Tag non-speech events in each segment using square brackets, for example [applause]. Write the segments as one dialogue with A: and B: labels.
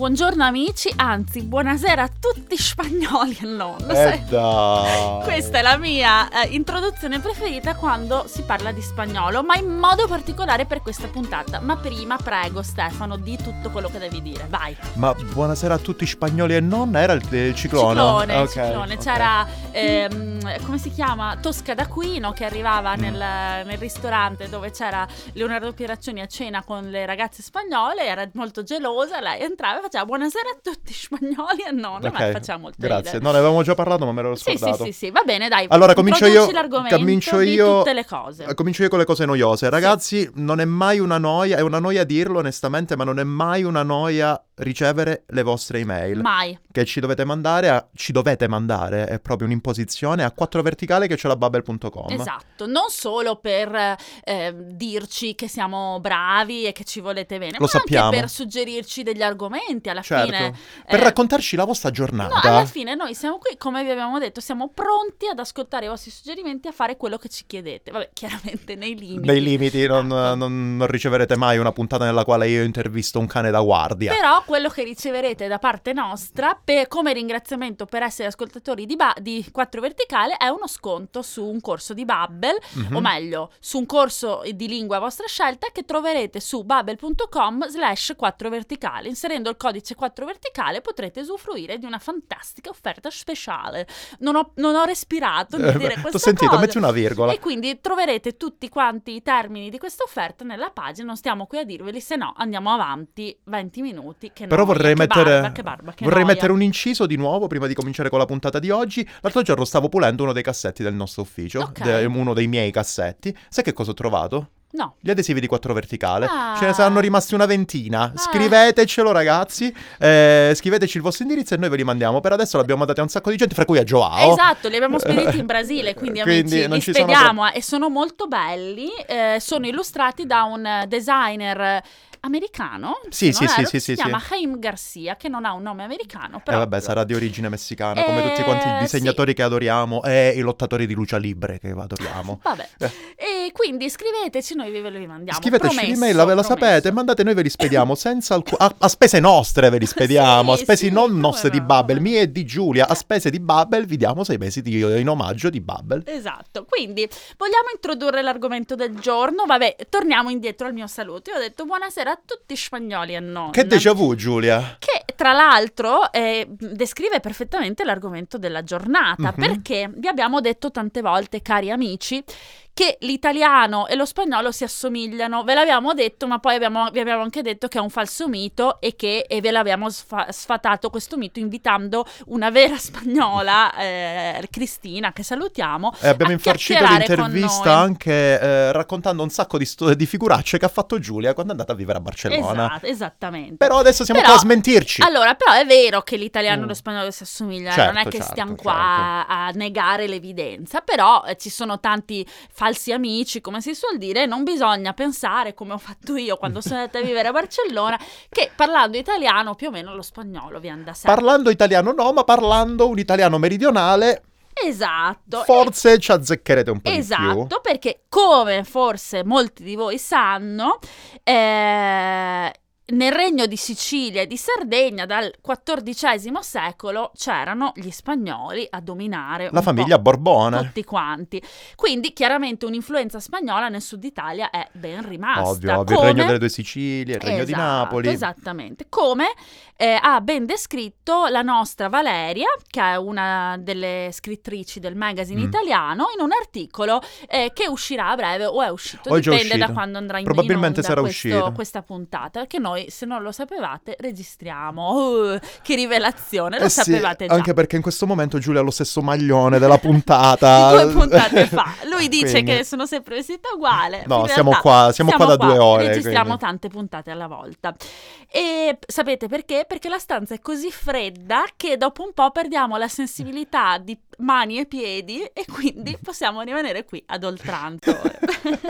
A: Buongiorno amici, anzi buonasera a tutti spagnoli e non. Lo sai?
B: Eh dai.
A: Questa è la mia eh, introduzione preferita quando si parla di spagnolo, ma in modo particolare per questa puntata. Ma prima prego Stefano di tutto quello che devi dire. Vai.
B: Ma buonasera a tutti spagnoli e nonna, era il, il ciclone?
A: Ciclone,
B: Ok,
A: ciclone.
B: ok.
A: C'era ehm, come si chiama? Tosca d'Aquino che arrivava
B: Mm.
A: nel, nel ristorante dove c'era Leonardo Pieraccioni a cena con le ragazze spagnole, era molto gelosa, lei entrava e faceva buonasera a tutti [laughs] spagnoli e non, ma
B: Ok,
A: faceva molto
B: Grazie.
A: ridere.
B: No, ne avevamo già parlato, ma me l'ero
A: Sì, sì,
B: scordato.
A: sì, sì, va bene, dai.
B: Allora, comincio io-
A: introduci l'argomento
B: comincio
A: di
B: io-
A: tutte le cose.
B: Eh, Comincio io con le cose noiose. Ragazzi, non è mai una noia, è una noia dirlo onestamente, ma non è mai una noia ricevere le vostre email
A: Mai.
B: che ci dovete mandare a ci dovete mandare, è proprio un'imposizione a 4 verticale che c'è la bubble.com.
A: Esatto, non solo per eh, dirci che siamo bravi e che ci volete bene,
B: Lo
A: ma
B: sappiamo.
A: anche per suggerirci degli argomenti alla
B: Certo.
A: fine.
B: Per
A: eh,
B: raccontarci la vostra
A: No,
B: giornata.
A: alla fine noi siamo qui, come vi abbiamo detto, siamo pronti ad ascoltare i vostri suggerimenti e a fare quello che ci chiedete. Vabbè, chiaramente nei limiti.
B: Nei limiti, non,
A: Ecco.
B: non- non riceverete mai una puntata nella quale io intervisto un cane da guardia.
A: Però quello che riceverete da parte nostra, per- come ringraziamento per essere ascoltatori di, ba- di 4 Verticale, è uno sconto su un corso di Bubble,
B: Mhm. [laughs]
A: o meglio, su un corso di lingua a vostra scelta che troverete su bubble.com slash 4 Verticale. Inserendo il codice 4 Verticale potrete usufruire di una fantastica offerta speciale. Non ho, non ho respirato nel
B: Eh,
A: dire
B: beh,
A: questa
B: T'ho sentito,
A: cosa.
B: metti una virgola.
A: E quindi troverete tutti quanti i termini di questa offerta nella pagina, non stiamo qui a dirveli, se no andiamo avanti 20 minuti. Che
B: Però
A: noia,
B: vorrei
A: che
B: mettere-
A: barba, che barba, che
B: Vorrei
A: noia.
B: mettere un inciso di nuovo prima di cominciare con la puntata di oggi. L'altro giorno stavo pulendo uno dei cassetti del nostro ufficio,
A: Ok.
B: de- uno dei miei cassetti. Sai che cosa ho trovato?
A: No.
B: Gli adesivi di 4 verticale.
A: Ah.
B: Ce ne saranno rimasti una ventina.
A: Ah.
B: Scrivetecelo, ragazzi. Eh, scriveteci il vostro indirizzo e noi ve li mandiamo. Per adesso l'abbiamo mandati a un sacco di gente, fra cui a Joao.
A: Esatto, li abbiamo spediti
B: [laughs]
A: in Brasile, quindi,
B: Quindi
A: amici,
B: non
A: li
B: ci sono
A: spediamo eh, e sono molto belli, eh, sono illustrati da un eh, designer eh, americano, se
B: Sì, sì,
A: non
B: sì,
A: erro,
B: sì,
A: che si
B: sì, sì.
A: chiama Jaime Garcia, che non ha un nome americano,
B: E
A: però...
B: Eh, vabbè, sarà di origine messicana, come
A: Eh,
B: tutti quanti i
A: sì.
B: disegnatori che adoriamo e i lottatori di lucia libre che adoriamo.
A: Vabbè,
B: Eh.
A: e quindi scriveteci, noi ve li mandiamo.
B: Scriveteci
A: Promesso,
B: l'email, ve la
A: promesso.
B: sapete, mandate, noi ve li spediamo senza alcu- a, a spese nostre ve li
A: [laughs]
B: spediamo,
A: Sì,
B: a spese
A: sì,
B: non
A: come
B: nostre di
A: no,
B: Bubble,
A: come no.
B: mie e di Giulia,
A: Eh.
B: a spese di Bubble vi diamo sei mesi di, in omaggio di Bubble.
A: Esatto, quindi vogliamo introdurre l'argomento del giorno. Vabbè, torniamo indietro al mio saluto. Io ho detto buonasera a tutti spagnoli e non.
B: Che déjà vu Giulia?
A: Che, tra l'altro eh, descrive perfettamente l'argomento della giornata,
B: Mhm.
A: perché vi abbiamo detto tante volte, cari amici, che l'italiano e lo spagnolo si assomigliano. Ve l'abbiamo detto, ma poi abbiamo- vi abbiamo anche detto che è un falso mito e che e ve l'abbiamo sfa- sfatato questo mito invitando una vera [laughs] spagnola, eh, Cristina, che salutiamo.
B: E Eh, abbiamo
A: a
B: infarcito
A: chiacchierare con
B: l'intervista
A: noi.
B: anche eh, raccontando un sacco di, sto- di figuracce che ha fatto Giulia quando è andata a vivere a Barcellona.
A: Esatto, esattamente.
B: Però adesso siamo
A: Però-
B: qua a smentirci.
A: Allora, però è vero che l'italiano e
B: Mm.
A: lo spagnolo si assomigliano,
B: Certo,
A: non è che
B: certo,
A: stiamo qua a- a negare l'evidenza, però eh, ci sono tanti falsi amici, come si suol dire, non bisogna pensare, come ho fatto io quando sono andata a vivere a Barcellona, che parlando italiano più o meno lo spagnolo vi andrà sempre.
B: Parlando italiano no, ma parlando un italiano meridionale,
A: esatto. e-
B: forse ci azzeccherete un po' di più.
A: Esatto, perché come forse molti di voi sanno, eh, nel regno di Sicilia e di Sardegna dal XIV secolo c'erano gli spagnoli a dominare un
B: La
A: po'
B: famiglia Borbone.
A: tutti quanti. Quindi chiaramente un'influenza spagnola nel sud Italia è ben rimasta.
B: Ovvio, ovvio, il
A: Come-
B: regno delle due Sicilie, il regno di
A: Esatto,
B: Napoli.
A: Esattamente, come eh, ha ben descritto la nostra Valeria, che è una delle scrittrici del magazine
B: Mm.
A: italiano, in un articolo eh, che uscirà a breve o è uscito,
B: O è già
A: dipende da
B: uscito.
A: quando andrà in
B: Probabilmente
A: in onda
B: sarà
A: questo-
B: uscito.
A: questa puntata, che noi se non lo sapevate registriamo. Oh, che rivelazione, lo
B: Eh sì,
A: sapevate già.
B: Anche perché in questo momento Giulia ha lo stesso maglione
A: [laughs]
B: della
A: Di
B: puntata.
A: due puntate fa. Lui dice
B: Quindi-
A: che sono sempre vestita uguale.
B: [laughs] No,
A: in
B: siamo
A: realtà
B: qua, siamo, qua da due ore.
A: Registriamo
B: quindi.
A: tante puntate alla volta. E p- sapete perché? Perché la stanza è così fredda che dopo un po' perdiamo la sensibilità di
B: Mm.
A: mani e piedi e quindi possiamo rimanere qui ad oltranza. [laughs]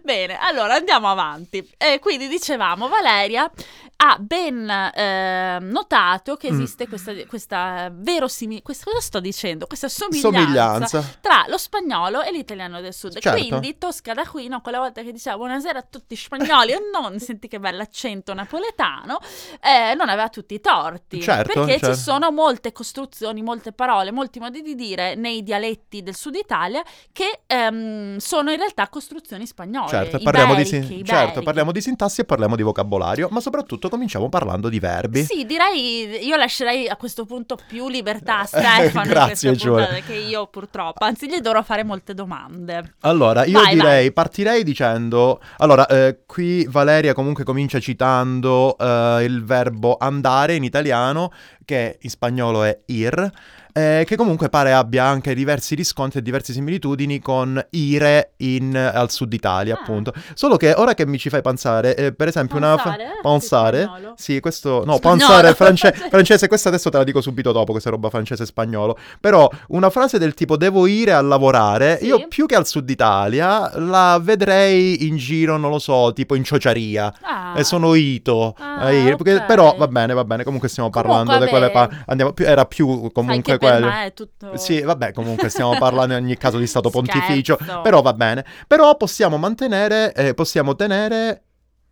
A: Bene, allora andiamo avanti. Eh, quindi dicevamo, Valeria ha ben eh, notato che
B: Mm.
A: esiste questa, questa verosimi- questa- cosa sto dicendo? Questa somiglianza,
B: Somiglianza.
A: tra lo spagnolo e l'italiano del sud.
B: Certo.
A: Quindi Tosca da qui, no, quella volta che diceva buonasera a tutti spagnoli e
B: [laughs]
A: non, senti che bell'accento napoletano, eh, non aveva tutti i torti.
B: Certo,
A: perché
B: certo.
A: ci sono molte costruzioni, molte parole, molti modi di dire nei dialetti del sud Italia che ehm, sono in realtà costruzioni spagnole.
B: Certo, parliamo di,
A: iberiche,
B: sin-
A: iberiche.
B: certo, parliamo di sintassi e parliamo di vocabolario, ma soprattutto cominciamo parlando di verbi.
A: Sì, direi io lascerei a questo punto più
B: [laughs]
A: libertà a Stefano in
B: Grazie,
A: questa
B: Giulia.
A: puntata, che io purtroppo, anzi gli dovrò fare molte domande.
B: Allora, io
A: Vai,
B: direi, partirei dicendo, allora, eh, qui Valeria comunque comincia citando eh, il verbo andare in italiano, che in spagnolo è ir, eh, che comunque pare abbia anche diversi riscontri e diverse similitudini con ire in- al sud Italia,
A: Ah.
B: appunto. Solo che ora che mi ci fai pensare, eh, per esempio una... fra-
A: eh?
B: pensare?
A: Spagnolo.
B: Sì, questo. No,
A: Spagnolo. [laughs]
B: pensare france- francese. Questa adesso te la dico subito dopo, questa roba francese e spagnolo. Però una frase del tipo devo ire a lavorare,
A: Sì.
B: io più che al sud Italia la vedrei in giro, non lo so, tipo in ciociaria.
A: Ah.
B: E sono ito.
A: Ah,
B: eh, perché-
A: ok.
B: Però va bene, va bene. Comunque stiamo
A: Comunque,
B: parlando di quelle.
A: vabbè.
B: pa- andiamo più- era più
A: Sai
B: comunque
A: che per
B: quello.
A: me è tutto...
B: Sì, vabbè, comunque stiamo parlando in ogni caso di stato pontificio,
A: Certo. [laughs] Scherzo.
B: però va bene. Però possiamo mantenere, eh, possiamo tenere,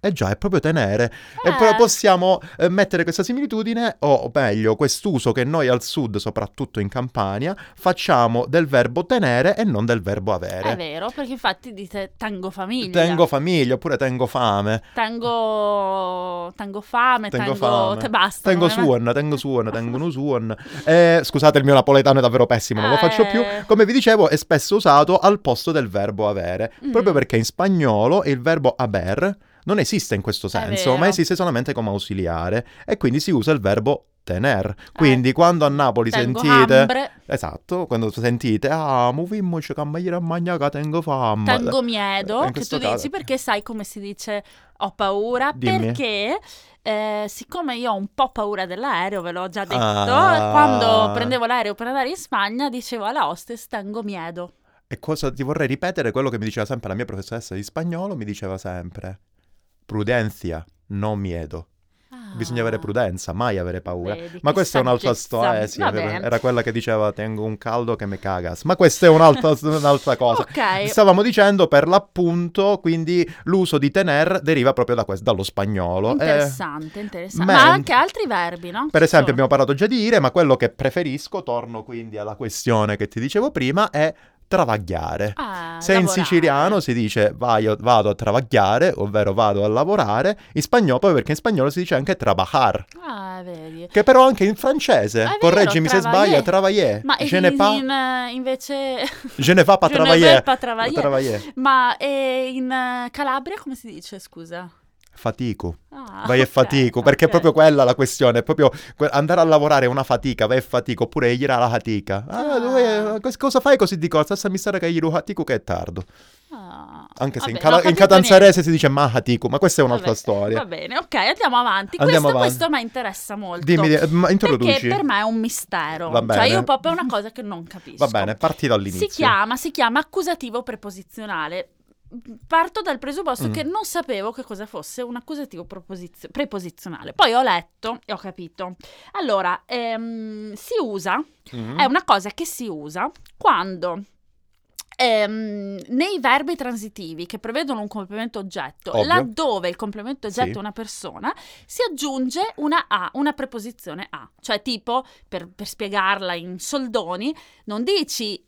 B: eh già, è proprio tenere, E
A: Eh.
B: pro- possiamo eh, mettere questa similitudine, o, o meglio, quest'uso che noi al sud, soprattutto in Campania, facciamo del verbo tenere e non del verbo
A: È
B: avere.
A: vero, perché infatti dite tango famiglia,
B: Tengo famiglia oppure tengo fame,
A: tango, tango fame,
B: Tengo
A: tango...
B: fame.
A: te basta.
B: tengo
A: non è-
B: suon, tengo suon, tengo nu suon. Eh, scusate, il mio napoletano è davvero pessimo, non lo faccio
A: Eh.
B: più. Come vi dicevo, è spesso usato al posto del verbo avere,
A: Mm.
B: proprio perché in spagnolo il verbo haber non esiste in questo senso,
A: vero.
B: ma esiste solamente come ausiliare e quindi si usa il verbo tener. Quindi quando a Napoli
A: Eh. Tengo
B: sentite
A: hambre,
B: Esatto, quando sentite "Ah, movimmoci che a magna che tengo fame".
A: Tango miedo,
B: in
A: che
B: questo
A: tu
B: caso-
A: dici perché sai come si dice ho paura,
B: Dimmi.
A: perché eh, siccome io ho un po' paura dell'aereo, ve l'ho già detto,
B: Ah.
A: quando prendevo l'aereo per andare in Spagna dicevo alla hostess tango miedo.
B: E cosa ti vorrei ripetere quello che mi diceva sempre la mia professoressa di spagnolo, mi diceva sempre "Prudencia, no miedo". Bisogna avere prudenza, mai avere paura.
A: Ah, Vedi,
B: Ma
A: che
B: questa è un'altra
A: saggezza.
B: storia, eh, sì,
A: Va
B: era,
A: bene.
B: era quella che diceva tengo un caldo che mi cagas, ma questa è un'altra, un'altra cosa.
A: Ok,
B: Stavamo dicendo per l'appunto, quindi l'uso di tener deriva proprio da questo, dallo spagnolo. eh.
A: interessante, interessante.
B: men-
A: Ma anche altri verbi, no?
B: Per
A: Ci
B: esempio,
A: sono.
B: abbiamo parlato già di ire, ma quello che preferisco, torno quindi alla questione che ti dicevo prima, è travagliare.
A: Ah,
B: Se in
A: lavorare.
B: siciliano si dice "Vai- vado a travagliare, ovvero vado a lavorare, in spagnolo, poi perché in spagnolo si dice anche trabajar,
A: Ah, vedi.
B: che però anche in francese,
A: vero,
B: correggimi se
A: travailler.
B: sbaglio, travailler,
A: Ma
B: je ne,
A: in-
B: pa,
A: in- invece... [laughs]
B: je ne va pas
A: je ne
B: travailler,
A: vais pas travailler.
B: travailler.
A: Ma eh, in eh, Calabria come si dice, scusa?
B: fatico,
A: Ah,
B: vai e
A: ok,
B: fatico, perché
A: ok.
B: è proprio quella la questione, è proprio que- andare a lavorare è una fatica, vai e fatico, oppure gira la fatica. Ah,
A: Ah.
B: dove- eh, cos- cosa fai così di corsa? Sta mi sarà che giro fatico che è tardo.
A: Ah,
B: Anche se in,
A: vabbè,
B: cala-
A: non ho
B: in
A: capito
B: catanzarese si dice ma fatico, ma questa è
A: niente.
B: un'altra
A: Vabbè,
B: storia.
A: Va bene, ok, andiamo avanti.
B: Andiamo
A: questo,
B: avanti.
A: questo mi interessa molto.
B: Dimmi, di- ma introduci.
A: Perché per me è un mistero.
B: Va
A: Cioè,
B: bene.
A: io proprio è una cosa che non capisco.
B: Va bene, parti dall'inizio.
A: Si chiama, si chiama accusativo preposizionale. Parto dal presupposto
B: Mm.
A: che non sapevo che cosa fosse un accusativo proposizio- preposizionale. Poi ho letto e ho capito. Allora, ehm, si usa
B: Mm.
A: è una cosa che si usa quando ehm, nei verbi transitivi che prevedono un complemento oggetto,
B: Ovvio.
A: laddove il complemento oggetto
B: Sì.
A: è una persona, si aggiunge una A, una preposizione A. Cioè, tipo, per, per spiegarla in soldoni, non dici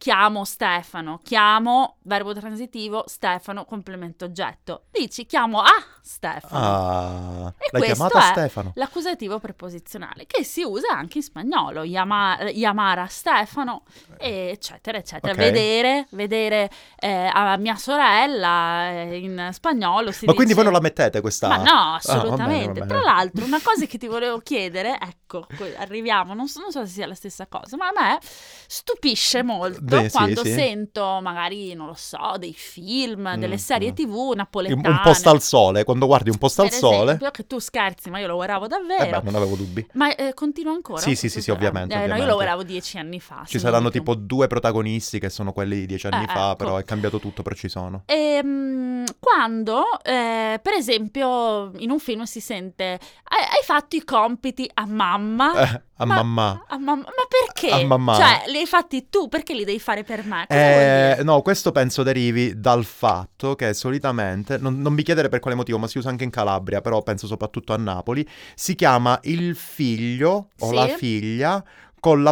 A: chiamo Stefano, chiamo verbo transitivo Stefano complemento oggetto, dici chiamo a Stefano.
B: Ah,
A: E
B: l'hai
A: questo
B: chiamata
A: è-
B: Stefano.
A: L'accusativo preposizionale che si usa anche in spagnolo, Yama- Yamara Stefano, e eccetera, eccetera.
B: Eh. Ok.
A: Vedere, vedere eh, a mia sorella eh, in spagnolo si
B: Ma
A: dice-
B: quindi voi non la mettete questa
A: Ma no,
B: Ah, va bene, va
A: assolutamente.
B: bene.
A: Tra l'altro, una cosa che ti volevo chiedere, ecco, que- arriviamo, non so, non so se sia la stessa cosa, ma a me stupisce molto
B: Beh, sì,
A: quando
B: sì.
A: sento magari, non lo so, dei film,
B: Mm,
A: delle serie
B: mm.
A: tv
B: Un,
A: napoletane.
B: un posto al sole, quando guardi un posto al
A: Per
B: sole...
A: esempio, che tu scherzi, ma io lo guardavo
B: Eh
A: davvero.
B: beh, non avevo dubbi.
A: Ma eh, continua ancora?
B: Sì, sì, sì, sì,
A: Eh,
B: ovviamente,
A: eh, no,
B: ovviamente.
A: io lo guardavo dieci anni fa.
B: Ci
A: se
B: saranno
A: non di più.
B: tipo due protagonisti che sono quelli di dieci anni
A: Ah, Eh,
B: fa,
A: ecco.
B: però è cambiato tutto, però ci sono.
A: Ehm, quando, eh, per esempio, in un film si sente "Hai- Hai fatto i compiti a mamma?
B: Eh, a
A: Ma-
B: mamma.
A: A mamma- ma perché?
B: A mamma.
A: Cioè, li hai fatti tu, perché li devi fare per me? Cosa vuol
B: Eh,
A: dire?
B: no, questo penso derivi dal fatto che solitamente, non, non mi chiedere per quale motivo, ma si usa anche in Calabria, però penso soprattutto a Napoli, si chiama il figlio o
A: Sì.
B: la figlia con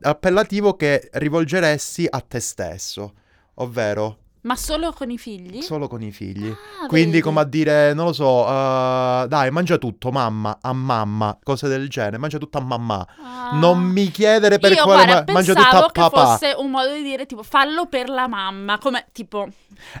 B: l'appellativo che rivolgeresti a te stesso, ovvero
A: Ma solo con i figli?
B: solo con i figli.
A: Ah,
B: Quindi
A: vedi.
B: come a dire, non lo so, eh, dai, mangia tutto, mamma, a mamma, cose del genere, mangia tutto a mamma.
A: Ah.
B: Non mi chiedere per
A: Io
B: quale
A: guarda,
B: ma- mangia tutto
A: pensavo
B: a
A: che
B: papà.
A: fosse un modo di dire tipo fallo per la mamma, come tipo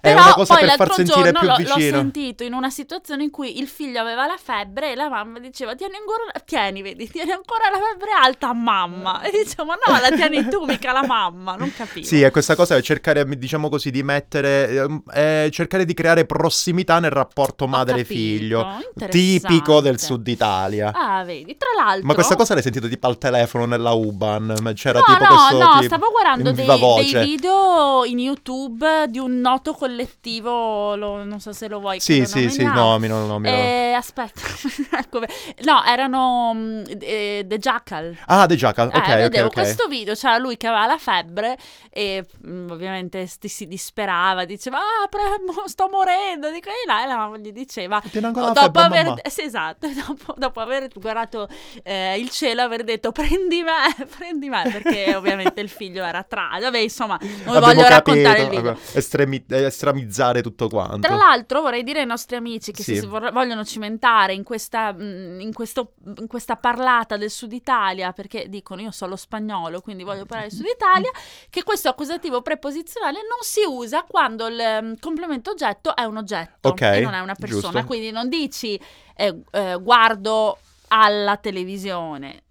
B: È
A: Però
B: una cosa
A: poi
B: per far
A: l'altro
B: sentire
A: giorno
B: più
A: l'ho- l'ho
B: vicino.
A: sentito in una situazione in cui il figlio aveva la febbre e la mamma diceva tieni ancora la, tieni, vedi, tieni ancora la febbre alta mamma e diciamo no
B: [laughs]
A: la tieni tu mica la mamma, non capivo.
B: Sì, è questa cosa è cercare, diciamo così, di mettere, ehm, eh, cercare di creare prossimità nel rapporto madre-figlio, tipico del sud Italia.
A: Ah, vedi, tra l'altro
B: Ma questa cosa l'hai sentita tipo al telefono nella U-Bahn? Ma C'era
A: No,
B: tipo
A: no,
B: questo
A: no,
B: tipo,
A: stavo guardando
B: in
A: dei,
B: viva
A: dei
B: voce.
A: video in YouTube di un noto collettivo, lo- non so se lo vuoi che
B: Sì,
A: lo
B: sì, sì,
A: nominiamo.
B: nomino, nomino.
A: Eh, aspetta, [laughs] ecco, no, erano mm, eh, The Jackal.
B: Ah, The Jackal,
A: Eh,
B: ok, ok,
A: vedevo
B: ok.
A: questo video, c'era lui che aveva la febbre e mm, ovviamente sti- si disperava, diceva ah, pre- mo- sto morendo, di qua e là e la mamma gli diceva
B: Tieni ancora
A: Oh,
B: la
A: dopo
B: febbre,
A: aver,
B: mamma.
A: eh, sì, esatto, [laughs] dopo, dopo aver guardato eh, il cielo, aver detto prendi me, [laughs] prendi me, perché ovviamente il figlio era tra. Vabbè, insomma, non
B: Abbiamo
A: voglio
B: capito,
A: raccontare il video.
B: vabbè, estremi- eh, estremizzare tutto quanto.
A: Tra l'altro vorrei dire ai nostri amici che
B: Sì.
A: se si vor- vogliono cimentare in questa, mh, in, questo- in questa parlata del sud Italia, perché dicono io so lo spagnolo, quindi voglio parlare del sud
B: [laughs]
A: Italia, che questo accusativo preposizionale non si usa quando il mm, complemento oggetto è un oggetto
B: Ok,
A: e non è una persona.
B: giusto.
A: Quindi non dici eh, eh, guardo alla televisione.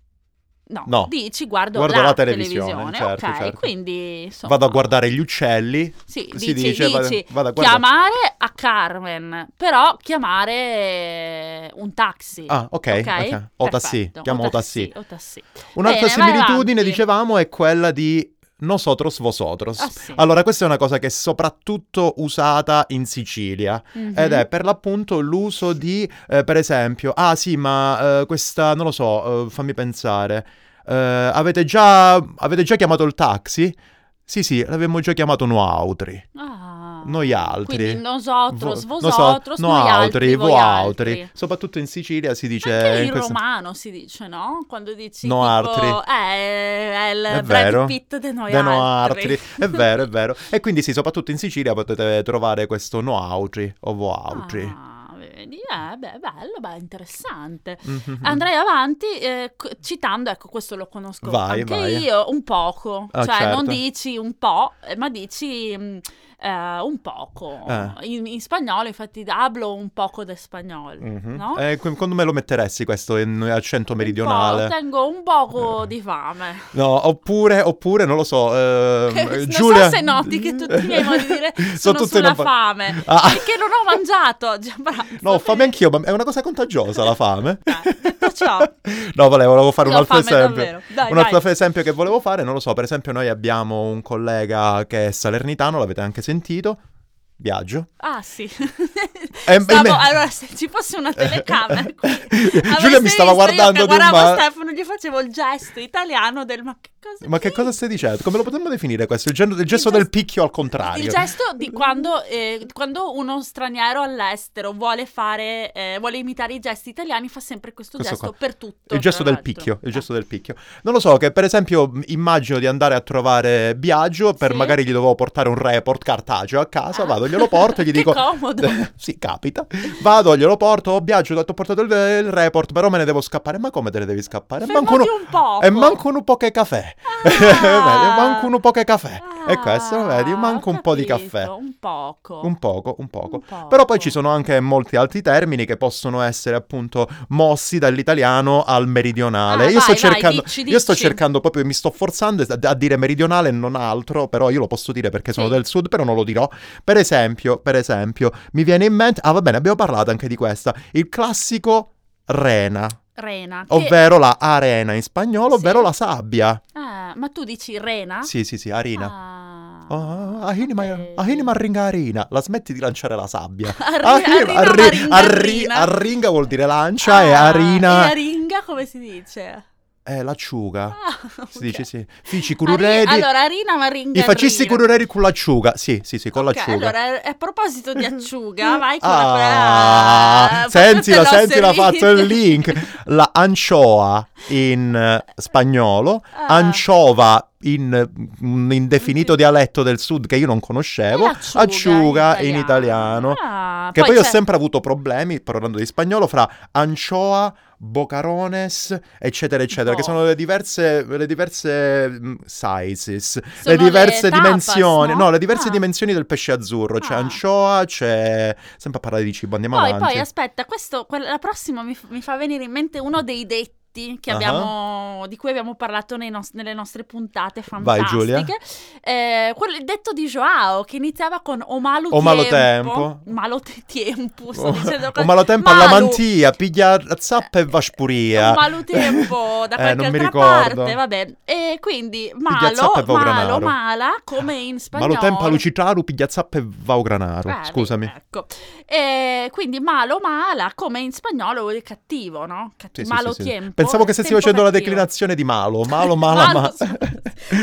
A: No,
B: No,
A: dici guardo,
B: guardo
A: la,
B: la televisione, certo,
A: ok,
B: certo.
A: quindi insomma,
B: Vado a guardare gli uccelli,
A: sì,
B: si
A: dici,
B: dice, vado-
A: dici,
B: vado a guardare...
A: chiamare a Carmen, però chiamare eh, un taxi.
B: Ah, ok, ok. O tassì,
A: perfetto,
B: chiamo o tassì.
A: O tassì.
B: Un'altra
A: Bene, vai
B: similitudine,
A: avanti.
B: dicevamo, è quella di nosotros vosotros.
A: Ah, sì.
B: Allora, questa è una cosa che è soprattutto usata in Sicilia
A: Mhm.
B: ed è per l'appunto l'uso di, eh, per esempio, ah sì, ma eh, questa, non lo so, eh, fammi pensare, Eh, avete, già, avete già chiamato il taxi? Sì, sì, l'abbiamo già chiamato noautri.
A: Ah.
B: Noi altri.
A: Quindi nosotros,
B: Vo-
A: vosotros,
B: no, so,
A: noi altri,
B: noautri,
A: voi
B: voautri.
A: altri.
B: Soprattutto in Sicilia si dice... eh,
A: Anche in
B: in questa-
A: romano si dice, no? Quando dici
B: No
A: tipo,
B: altri.
A: eh, è il
B: È
A: Brad
B: vero.
A: Pitt de noi
B: De no
A: altri.
B: altri.
A: [laughs]
B: È vero, è vero. E quindi sì, soprattutto in Sicilia potete trovare questo no altri o vo altri.
A: Ah, vedi, eh, beh, bello, beh, interessante.
B: Mhm.
A: Andrei avanti eh, c- citando, ecco questo lo conosco
B: Vai,
A: anche
B: vai.
A: io, un poco,
B: Ah,
A: cioè non
B: certo.
A: dici un po', eh, ma dici mm, eh, un poco.
B: Eh.
A: In, in spagnolo infatti hablo un poco de spagnolo,
B: Mhm.
A: no?
B: Eh, qu- quando me lo metteresti questo in accento
A: Un po',
B: meridionale? Eh.
A: tengo un poco di fame.
B: No, oppure, oppure, non lo so, ehm,
A: Che- [laughs] non so
B: Giulia...
A: se noti che tutti i miei modi di
B: [laughs]
A: dire sono
B: tutti
A: sulla
B: una fa-
A: fame,
B: Ah.
A: perché non ho mangiato [laughs] oggi a pranzo.
B: [laughs] No, fame anch'io, ma è una cosa contagiosa
A: [laughs]
B: la fame.
A: Eh, detto ciò,
B: No, volevo, volevo fare
A: io
B: un
A: ho
B: altro
A: fame
B: esempio.
A: davvero. Dai,
B: un altro
A: vai.
B: esempio che volevo fare, non lo so, per esempio noi abbiamo un collega che è salernitano, l'avete anche sentito, Viaggio.
A: Ah sì. [laughs]
B: E-
A: Stavo-
B: e me-
A: Allora, se ci fosse una
B: [laughs]
A: telecamera, qui,
B: Giulia mi
A: avreste
B: stava
A: visto
B: guardando
A: Io
B: di
A: che
B: un
A: guardavo
B: ma-
A: Stefano, gli facevo il gesto italiano del ma che cosa.
B: Ma che cosa stai dicendo? Come lo potremmo definire questo? Il, gen- il gesto
A: gesto-
B: del picchio al contrario. Mm.
A: Il gesto di quando, eh, quando uno straniero all'estero vuole fare, eh, vuole imitare i gesti italiani, fa sempre questo,
B: Questo
A: gesto
B: qua.
A: per tutto.
B: Il gesto
A: tra
B: del
A: l'altro.
B: picchio, il
A: Eh.
B: gesto del picchio. Non lo so, che per esempio m- immagino di andare a trovare Biagio, per
A: Sì.
B: magari gli dovevo portare un report cartaceo a casa,
A: Ah.
B: vado, glielo porto e
A: [laughs]
B: gli
A: Che
B: dico... "Eh,
A: comodo.
B: [laughs] sì, capita. Vado, glielo porto, oh Biagio, ti ho portato il, il report, però me ne devo scappare. Ma come te ne devi scappare?
A: Fermati
B: uno-
A: un Ah. po'.
B: E manco [laughs] un po' che caffè. caffè. [laughs]
A: Ah.
B: manco un poche caffè. e questo, lo vedi, manco un po' di caffè.
A: Un poco.
B: Un poco, un poco.
A: Un poco.
B: Però poi ci sono anche molti altri termini che possono essere appunto mossi dall'italiano al meridionale.
A: Ah,
B: io, sto
A: vai, vai,
B: cercando,
A: dici,
B: io sto
A: dici.
B: cercando proprio, mi sto forzando a, a dire meridionale e non altro, però io lo posso dire perché sono
A: Sì.
B: del sud, però non lo dirò. Per esempio, per esempio, mi viene in mente, ah va bene, abbiamo parlato anche di questa, il classico rena,
A: Rena. che-
B: ovvero la arena in spagnolo,
A: Sì.
B: ovvero la sabbia.
A: Ah, ma tu dici Rena?
B: Sì, sì, sì, arena.
A: Ah.
B: Ah, ahini
A: ok.
B: ma- ahini marringa arena, la smetti di lanciare la sabbia.
A: Arri-
B: Ah, Arri-
A: arriva
B: arri-
A: Maringa,
B: arri-
A: Rina.
B: Arringa vuol dire lancia e
A: Ah,
B: arina
A: E aringa come si dice?
B: è l'acciuga.
A: Ah,
B: Si
A: ok.
B: dice sì. Fici
A: Ari-
B: cururedi.
A: allora, Arina Maringa.
B: I facisti
A: Rina.
B: cururedi con l'acciuga. Sì, sì, sì, con
A: Ok,
B: l'acciuga.
A: Allora, a proposito di
B: [laughs]
A: acciuga, vai con
B: ah,
A: la ah,
B: sentila,
A: proprio te l'ho
B: sentila, ha fatto il
A: servita.
B: link. La ancioa in eh, spagnolo,
A: Ah. Mm-hmm.
B: anciova in eh, un indefinito dialetto del sud che io non conoscevo,
A: E l'acciuga
B: in italiano.
A: Ah,
B: Che poi, ho
A: c'è-
B: sempre avuto problemi, parlando di spagnolo, fra ancioa, bocarones, eccetera, eccetera,
A: Boh.
B: che sono le diverse, le diverse mh, sizes,
A: Sono
B: le diverse
A: le tapas,
B: dimensioni,
A: no?
B: le diverse
A: Ah.
B: dimensioni del pesce azzurro, c'è
A: Ah.
B: ancioa, c'è... sempre a parlare di cibo, andiamo
A: Poi,
B: avanti.
A: poi, aspetta, questo, quel- la prossima mi, f- mi fa venire in mente uno dei detti che
B: Ah.
A: abbiamo, di cui abbiamo parlato nei nos- nelle nostre puntate
B: Vai,
A: fantastiche.
B: Giulia.
A: Eh, quello- il detto di Joao che iniziava con o malo
B: O malo
A: tempo. [laughs]
B: tempo.
A: Malo te- tempo, sto dicendo
B: o
A: cose-
B: malotempio Oh, alla
A: Malu.
B: mantia, piglia a zappa e va
A: un
B: spuria.
A: malo tempo Eh, da
B: [laughs] Eh, non
A: qualche
B: mi
A: altra
B: ricordo.
A: parte, vabbè. E quindi
B: Piglia
A: malo,
B: zappa e va
A: malo,
B: granaro.
A: mala, come in spagnolo.
B: Malotempo lucitaru, piglia a zappa e va o granaro.
A: Bravi,
B: Scusami.
A: Ecco. E quindi malo, mala, come in spagnolo vuol dire cattivo, no? Catti-
B: Sì, sì,
A: malo
B: sì, sì.
A: tempo.
B: Pensavo che stessi
A: stai
B: facendo la declinazione di malo.
A: [laughs]
B: Malo, mala,
A: Malo,
B: ma... [laughs]
A: scusa.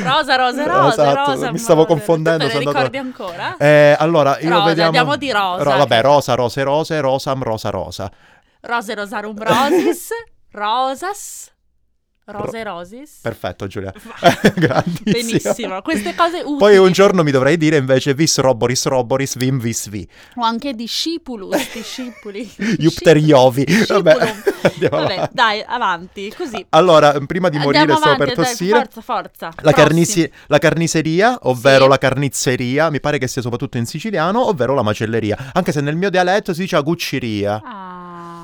A: Rosa, rosa, rosa,
B: Esatto,
A: rosa,
B: mi stavo
A: rosa.
B: confondendo.
A: Tu te le
B: sono andato-
A: ricordi ancora?
B: Eh, allora, io
A: Rosa,
B: vediamo...
A: andiamo di rosa.
B: vabbè, rosa, rose, rose, rosam, rosa, rosa.
A: Rose, rosarum, rosis, rosas, rose, rosis.
B: Perfetto, Giulia. [laughs]
A: Va.
B: Grandissimo.
A: Benissimo, queste cose utili.
B: Poi un giorno mi dovrei dire invece vis roboris roboris vim vis vi.
A: [laughs] O anche discipulus, discipuli.
B: [laughs] Jupiter Iovi. Vabbè,
A: Discipulum.
B: [laughs] andiamo
A: Vabbè,
B: avanti.
A: dai, avanti, così.
B: Allora, prima di morire
A: Andiamo
B: stavo
A: avanti,
B: per
A: dai,
B: tossire.
A: forza, forza.
B: La,
A: Prossimo.
B: carnici- la carniceria, ovvero
A: Sì.
B: la carnizzeria, mi pare che sia soprattutto in siciliano, ovvero la macelleria. Anche se nel mio dialetto si dice agucceria.
A: Ah,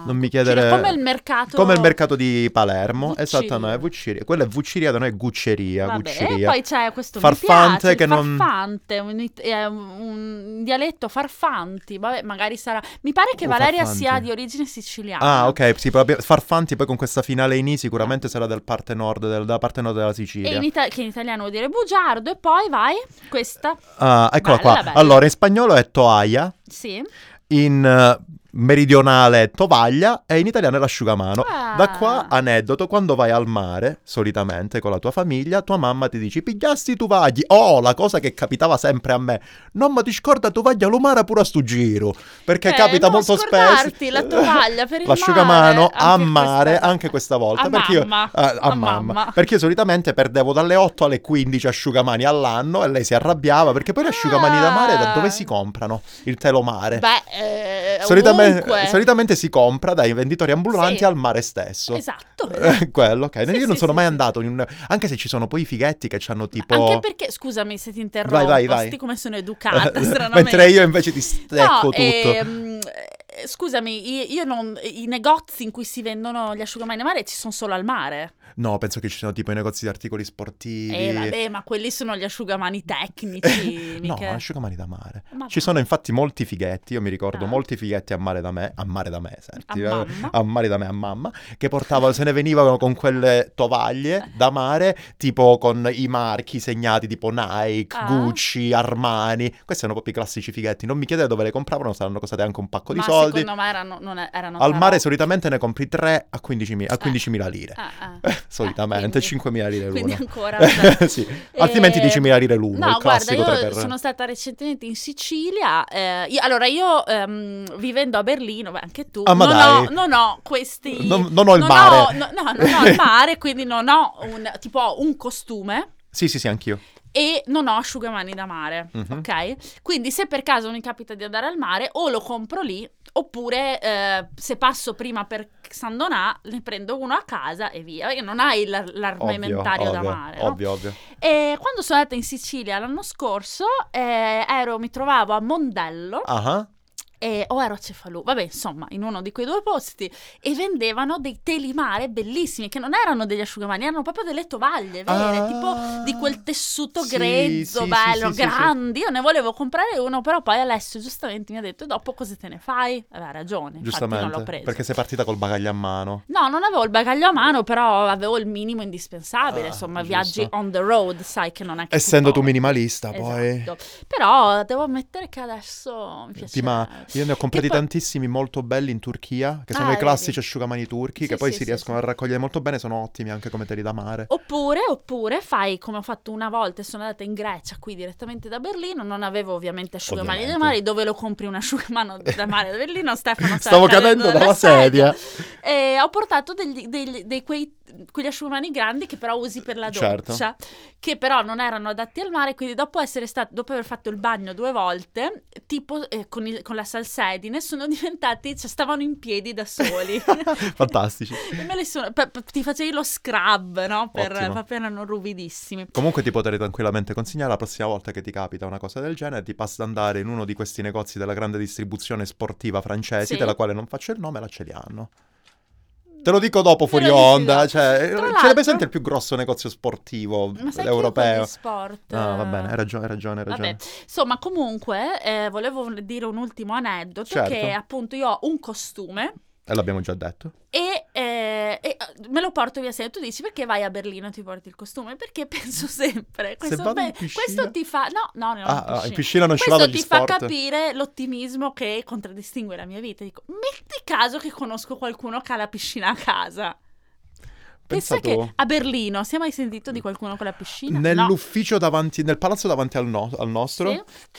B: Non mi
A: cucina,
B: chiedere.
A: Come il mercato.
B: Come il mercato di Palermo,
A: Vucciria.
B: esattamente, vucciria. Quella è vucciria, da noi è gucceria,
A: Vabbè, e
B: gucceria.
A: poi c'è questo
B: Farfante
A: mi piace,
B: che
A: il
B: non-
A: farfante, un, it- è un- un dialetto farfanti, vabbè, magari sarà. Mi pare che
B: Oh,
A: Valeria
B: farfanti.
A: sia di origine siciliana.
B: Ah, ok, sì, proprio- Farfanti poi con questa finale in I sicuramente sarà del parte nord, del- dalla parte nord della
A: E
B: Sicilia.
A: in ita- che in italiano vuol dire bugiardo e poi vai questa,
B: Ah, eccola
A: Bella,
B: qua.
A: bella.
B: Allora, in spagnolo è toaia,
A: sì.
B: in eh, meridionale è tovaglia e in italiano è l'asciugamano.
A: Ah.
B: Da qua aneddoto, quando vai al mare, solitamente con la tua famiglia, tua mamma ti dice pigliasti tuvagli. Oh, la cosa che capitava sempre a me. Non ma ti scorda tuvaglia lo mare pure a stu giro, perché
A: Eh,
B: capita
A: non
B: molto spesso.
A: scordarti la tovaglia
B: [laughs]
A: per il
B: L'asciugamano
A: mare,
B: a
A: anche
B: mare
A: questa-
B: anche questa volta,
A: A
B: perché io
A: mamma,
B: eh, a,
A: a
B: mamma.
A: mamma.
B: perché io solitamente perdevo dalle 8 alle 15 asciugamani all'anno e lei si arrabbiava perché poi gli asciugamani da mare da dove si comprano? Il telomare.
A: Beh, eh,
B: Solitamente,
A: ovunque.
B: solitamente si compra dai venditori ambulanti
A: Sì.
B: al mare stesso.
A: Esatto.
B: Eh, Quello,
A: Sì,
B: ok. Io non
A: sì,
B: sono
A: sì,
B: mai
A: sì.
B: andato, in un- anche se ci sono poi i fighetti che hanno [laughs] tipo...
A: Anche perché, scusami se ti interrompo,
B: Vai, vai, vai.
A: sti come
B: [laughs]
A: sono educata, stranamente.
B: Mentre io invece ti stecco
A: No,
B: Ecco tutto.
A: ehm, eh, scusami, io, io non, i negozi in cui si vendono gli asciugamani a mare ci sono solo al mare.
B: No, penso che ci siano tipo i negozi di articoli sportivi.
A: Eh vabbè, ma quelli sono gli asciugamani tecnici,
B: [laughs] No,
A: mica-
B: asciugamani da mare.
A: Ma
B: Ci
A: va.
B: sono infatti molti fighetti, io mi ricordo
A: Ah.
B: molti fighetti a mare da me, a mare da me, senti,
A: A
B: eh,
A: mamma.
B: a mare da me, a mamma, che portavano, se ne venivano con quelle tovaglie da mare, tipo con i marchi segnati tipo Nike,
A: Ah.
B: Gucci, Armani, questi erano proprio i classici fighetti, non mi chiedere dove le compravano, saranno costate anche un pacco di
A: ma
B: soldi.
A: secondo me erano, non è- erano
B: Al mare
A: tarocchi.
B: solitamente ne compri 3 a 15.000 a 15.000 lire.
A: Eh. Ah, ah.
B: [laughs] Solitamente
A: quindi-
B: 5.000
A: [laughs]
B: lire
A: Quindi
B: l'uno. [laughs]
A: ancora... vabbè.
B: Eh. sì. Altrimenti
A: Eh,
B: 10.000 lire l'uno,
A: No,
B: il
A: guarda,
B: classico
A: io
B: 3 per
A: sono stata recentemente in Sicilia. eh, io- allora, io ehm, vivendo a Berlino, beh, anche tu,
B: Ah, ma
A: non,
B: dai.
A: Ho, non ho questi.
B: Non- non ho il
A: non
B: mare.
A: no, no, non ho il mare, quindi non ho un, tipo, ho un costume.
B: Sì, sì, sì, anch'io.
A: e non ho asciugamani da mare,
B: Mhm.
A: ok? Quindi se per caso mi capita di andare al mare o lo compro lì oppure eh, se passo prima per San Donà ne prendo uno a casa e via, perché non hai l'ar-
B: Ovvio,
A: l'armamentario
B: ovvio,
A: da mare. no?
B: ovvio, ovvio.
A: E quando sono andata in Sicilia l'anno scorso eh, ero- mi trovavo a Mondello
B: Ah,
A: e- o ero a Cefalù, vabbè insomma in uno di quei due posti e vendevano dei telimare bellissimi che non erano degli asciugamani, erano proprio delle tovaglie vere,
B: Ah.
A: tipo di quel tessuto
B: Sì,
A: grezzo,
B: sì, sì,
A: bello,
B: sì, sì, sì.
A: grandi. Io ne volevo comprare uno, però poi Alessio giustamente mi ha detto: Dopo cosa te ne fai? Aveva ragione, infatti non l'ho
B: giustamente.
A: preso.
B: Perché sei partita col bagaglio a mano.
A: No, non avevo il bagaglio a mano, però avevo il minimo indispensabile.
B: Ah,
A: insomma,
B: giusto.
A: viaggi on the road, sai che non è che. si
B: Essendo tu
A: può.
B: minimalista, poi.
A: Esatto. Però devo ammettere che adesso mi piace.
B: Sì, ma io ne ho comprati
A: Che poi-
B: tantissimi molto belli in Turchia, che sono
A: Ah,
B: i classici
A: vedi.
B: asciugamani turchi,
A: Sì,
B: che poi
A: sì,
B: si
A: sì,
B: riescono
A: sì.
B: a raccogliere molto bene, sono ottimi anche come teli da mare.
A: Oppure, oppure fai come ho fatto una volta e sono andata in Grecia, qui direttamente da Berlino, non avevo ovviamente asciugamani da
B: Ovviamente.
A: mare, dove lo compri un
B: [laughs]
A: asciugamano da mare da Berlino? Stefano sta
B: Stavo cadendo dalla sedia.
A: E ho portato degli, degli- dei quei, quegli asciugamani grandi che però usi per la
B: Certo.
A: doccia, che però non erano adatti al mare, quindi dopo, essere stato, dopo aver fatto il bagno due volte, tipo eh, con, il- con la salsedine, sono diventati, cioè stavano in piedi da soli.
B: [laughs]
A: [laughs]
B: Fantastici.
A: E me li sono- pe- pe- ti facevi lo scrub, no? Per
B: Ottimo.
A: proprio erano ruvidissimi.
B: Comunque ti potrei tranquillamente consigliare la prossima volta che ti capita una cosa del genere, ti basta andare in uno di questi negozi della grande distribuzione sportiva francese,
A: Sì.
B: della quale non faccio il nome, la ce li hanno. Te lo dico dopo
A: Me lo
B: fuori
A: dici
B: onda,
A: dopo.
B: cioè,
A: Tra
B: ce l'hai
A: l'altro-
B: presente il più grosso negozio sportivo
A: Ma sai che io quelli
B: europeo?
A: sport?
B: Ah, va bene,
A: eh,
B: hai ragione, hai ragione, hai ragione.
A: Vabbè, insomma, comunque eh, volevo dire un ultimo aneddoto
B: Certo.
A: che appunto io ho un costume
B: E Eh, l'abbiamo già detto.
A: e, eh, e, eh, me lo porto via sempre. Tu dici perché vai a Berlino e ti porti il costume? Perché penso [laughs] sempre, questo,
B: vado in
A: beh,
B: piscina-
A: questo ti fa... No, no, no,
B: ah, ah, in piscina non ci
A: Questo
B: vado
A: ti
B: agli sport.
A: fa capire l'ottimismo che contraddistingue la mia vita. Dico, metti caso che conosco qualcuno che ha la piscina a casa.
B: Pensa
A: Pensa
B: tu.
A: che a Berlino si è mai sentito di qualcuno con la piscina? No.
B: Nell'ufficio davanti, nel palazzo davanti al, no- al nostro,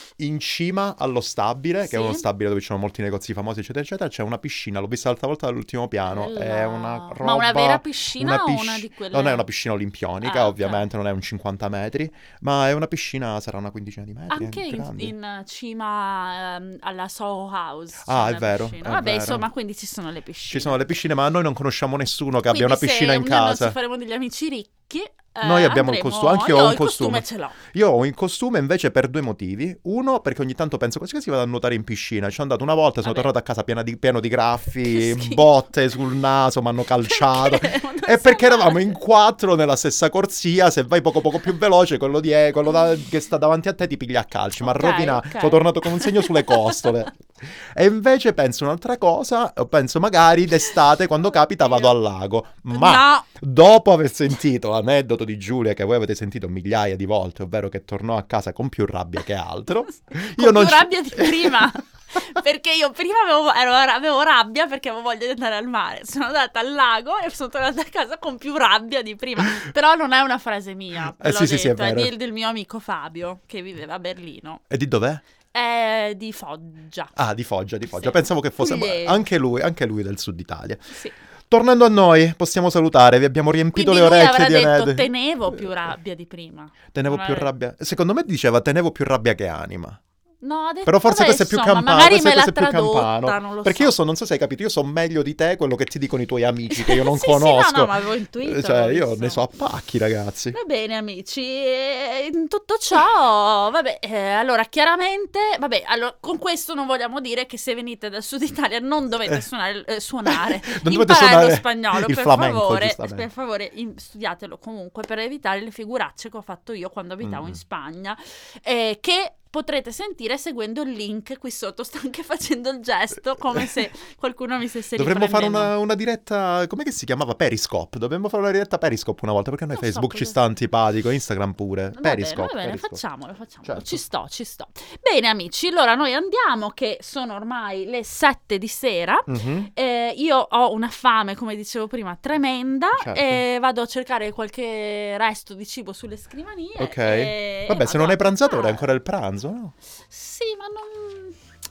A: Sì?
B: in cima allo stabile, che è
A: Sì.
B: uno stabile dove ci sono molti negozi famosi, eccetera, eccetera, c'è una piscina. L'ho vista l'altra volta dall'ultimo piano. Ah, È
A: Bella.
B: una roba.
A: Ma una vera piscina
B: una
A: o una
B: pisci-
A: di quelle?
B: Non è una piscina olimpionica,
A: Ah, ok.
B: ovviamente, non è un 50 metri, ma è una piscina, sarà una quindicina di metri.
A: Anche
B: è
A: in,
B: grande.
A: in cima ehm, alla Soho House. c'è
B: Ah, è
A: una
B: vero,
A: piscina.
B: è
A: Vabbè,
B: vero.
A: insomma, quindi ci sono le piscine.
B: Ci sono le piscine, ma noi non conosciamo nessuno che
A: Quindi
B: abbia una piscina
A: se
B: in
A: un giorno
B: casa.
A: Ci faremo degli amici ricchi. eh,
B: Noi abbiamo un
A: andremo-
B: costume, anch'io
A: Io
B: ho un
A: il costume.
B: costume.
A: ce l'ho.
B: Io ho in costume invece per due motivi. Uno, perché ogni tanto penso così che si vada a nuotare in piscina. Ci sono andato una volta, sono
A: Vabbè.
B: tornato a casa piena di, pieno di
A: Che
B: graffi,
A: schifo.
B: botte sul naso,
A: [laughs]
B: mi hanno calciato.
A: Perché? Ma dove
B: E
A: siamo
B: perché eravamo in
A: andati?
B: quattro nella stessa corsia, se vai poco poco più veloce, quello, di, eh, quello da- che sta davanti a te ti piglia a calci, ma
A: Ok,
B: rovina,
A: ok.
B: sono tornato con un segno sulle costole. e invece penso un'altra cosa, penso magari d'estate quando capita vado al lago, ma...
A: No,
B: Dopo aver sentito l'aneddoto di Giulia che voi avete sentito migliaia di volte, ovvero che tornò a casa con più rabbia
A: [laughs]
B: che altro,
A: io non
B: ci-
A: rabbia
B: [laughs]
A: di prima. perché io prima avevo, ero- avevo rabbia perché avevo voglia di andare al mare. Sono andata al lago e sono tornata a casa con più rabbia di prima. Però non è una frase mia.
B: Eh,
A: l'ho
B: sì, sì, sì, è
A: detta,
B: vero.
A: di- del mio amico Fabio che viveva a Berlino.
B: E di dov'è?
A: È di Foggia.
B: Ah, di Foggia, di Foggia.
A: Sì.
B: Pensavo che fosse
A: Pugliese.
B: anche lui, anche lui del sud Italia.
A: Sì.
B: Tornando a noi, possiamo salutare, vi abbiamo riempito
A: Quindi lui
B: le orecchie
A: avrà
B: di
A: detto
B: aneddi.
A: tenevo più rabbia di prima.
B: Tenevo
A: non
B: più
A: avrà-
B: rabbia. Secondo me diceva tenevo più rabbia che anima.
A: No, ha detto,
B: Però forse
A: vabbè,
B: questo è più
A: insomma,
B: campano,
A: Magari
B: questo è
A: me l'ha
B: questo è più
A: tradotta,
B: campano.
A: non lo
B: Perché
A: so.
B: io so, non so se hai capito, io so meglio di te quello che ti dicono i tuoi amici che io
A: [laughs]
B: non
A: Sì, sì, no,
B: conosco.
A: no, ma avevo intuito,
B: Cioè,
A: avevo
B: io
A: visto.
B: ne so a pacchi, ragazzi.
A: Va bene amici, e in tutto ciò, vabbè, eh, allora chiaramente, vabbè, allora, con questo non vogliamo dire che se venite dal sud Italia non dovete
B: Eh.
A: suonare, eh, suonare
B: [laughs] Non dovete
A: imparare
B: suonare
A: lo spagnolo,
B: il
A: per,
B: flamenco,
A: favore,
B: giustamente.
A: per favore in- studiatelo comunque per evitare le figuracce che ho fatto io quando abitavo
B: Mm.
A: in Spagna, eh, che potrete sentire seguendo il link qui sotto, sto anche facendo il gesto come
B: [laughs]
A: se qualcuno mi stesse
B: Dovremmo fare
A: riprendendo.
B: una, una diretta, com'è che si chiamava? Periscope. Dovremmo fare una diretta Periscope una volta, perché a noi
A: Non so
B: Facebook ci
A: cosa-
B: sta antipatico, Instagram pure.
A: Va bene,
B: Periscope.
A: va bene,
B: Periscope.
A: facciamolo, facciamolo.
B: Certo.
A: Ci sto, ci sto. Bene amici, allora noi andiamo che sono ormai le 7 di sera.
B: Mhm.
A: Eh, io ho una fame, come dicevo prima, tremenda
B: Certo.
A: e vado a cercare qualche resto di cibo sulle scrivanie.
B: Ok.
A: e- e
B: Vabbè, se non
A: vado
B: hai
A: a
B: pranzato ora è
A: mangiare.
B: ancora il pranzo, no?
A: Sì, ma non...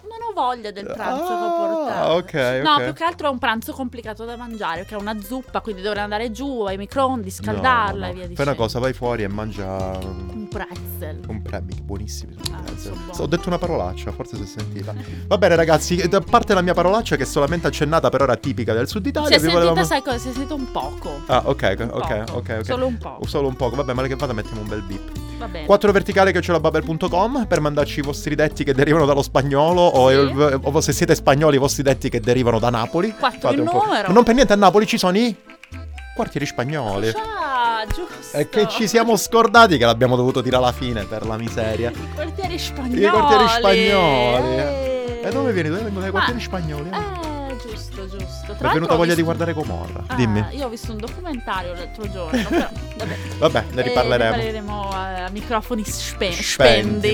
A: non ho voglia del pranzo che
B: Ah,
A: ho portato.
B: ok,
A: No,
B: ok.
A: più che altro è un pranzo complicato da mangiare, che è una zuppa, quindi dovrei andare giù ai microonde, scaldarla
B: No, no, no.
A: e via
B: Fai
A: dicendo.
B: una cosa, vai fuori e mangia mm,
A: Un pretzel.
B: un premix, buonissimi sono i
A: Ah,
B: pretzel.
A: sono buoni.
B: Eh, Ho detto una parolaccia, forse si è sentita. Va bene ragazzi, a parte la mia parolaccia che è solamente accennata per ora tipica del sud
A: Si
B: Italia,
A: è
B: vi
A: sentita,
B: volevamo-
A: sai cosa? Si è sentita un poco.
B: Ah, ok,
A: Un
B: ok,
A: poco.
B: ok, ok.
A: Solo un po'.
B: Solo un poco, vabbè, male che vada mettiamo un bel beep.
A: Va bene.
B: 4 verticale che c'è la babel.com per mandarci i vostri detti che derivano dallo spagnolo o,
A: Sì.
B: il- o se siete spagnoli i vostri detti che derivano da Napoli.
A: Quattro
B: Fate
A: in
B: un po'.
A: numero.
B: Non per niente a Napoli ci sono i quartieri spagnoli.
A: Ah, giusto.
B: E che ci siamo scordati che l'abbiamo dovuto dire alla fine per la miseria.
A: I quartieri spagnoli.
B: I quartieri spagnoli.
A: Eh.
B: E dove vieni? Dove vengono i quartieri spagnoli? eh?
A: Eh, giusto, giusto.
B: Mi
A: Tra
B: è
A: l'altro
B: venuta
A: ho
B: voglia di
A: visto-
B: guardare Gomorra.
A: Ah,
B: Dimmi.
A: Io ho visto un documentario l'altro giorno, però vabbè.
B: Vabbè, [laughs] ne
A: Eh,
B: riparleremo.
A: ne parleremo eh, a microfoni spe-
B: Spenti.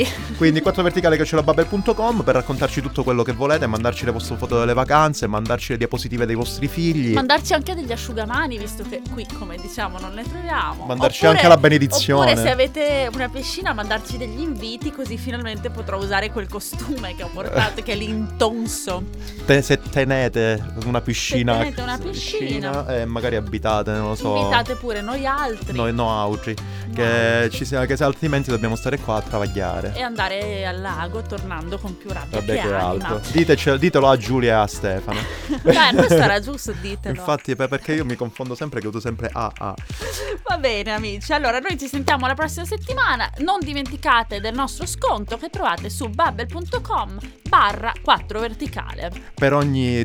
A: spendi.
B: Quindi 4 verticale che c'è la babel.com per raccontarci tutto quello che volete, mandarci le vostre foto delle vacanze, mandarci le diapositive dei vostri figli.
A: Mandarci anche degli asciugamani, visto che qui, come diciamo, non ne troviamo.
B: Mandarci
A: Oppure-
B: anche la benedizione.
A: Oppure se avete una piscina mandarci degli inviti così finalmente potrò usare quel costume che ho portato che è l'intonso.
B: Te- se tenete una piscina,
A: Se tenete una piscina.
B: piscina, eh, magari abitate, non lo so.
A: Invitate pure noi altri.
B: Noi no altri.
A: No.
B: Che, ci sia, che se altrimenti dobbiamo stare qua a travagliare.
A: E andare al lago tornando con più rabbia
B: Vabbè
A: che,
B: che
A: anima.
B: alto. Diteci- ditelo a Giulia e
A: [laughs]
B: a Stefano.
A: Beh, questo era giusto, ditelo.
B: Infatti, per- perché io mi confondo sempre che uso sempre AA.
A: Va bene amici, allora noi ci sentiamo la prossima settimana, non dimenticate del nostro sconto che trovate su bubble.com barra 4 verticale.
B: per ogni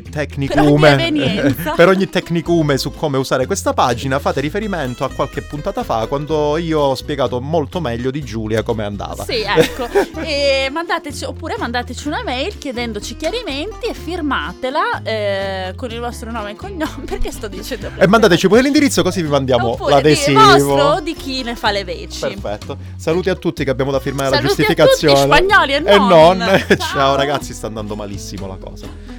A: Per ogni
B: tecnicume
A: evenienza.
B: [laughs] per ogni tecnicume su come usare questa pagina fate riferimento a qualche puntata fa quando io ho spiegato molto meglio di Giulia come andava
A: Sì, ecco. e mandateci, oppure mandateci una mail chiedendoci chiarimenti e firmatela eh, con il vostro nome e cognome [laughs] perché sto dicendo...
B: [laughs] e mandateci pure l'indirizzo così vi mandiamo
A: Oppure di
B: l'adesivo
A: vostro o di chi ne fa le veci.
B: perfetto saluti a tutti che abbiamo da firmare
A: Saluti
B: la giustificazione [laughs]
A: a tutti, spagnoli e non.
B: e non ciao ragazzi sta andando malissimo la cosa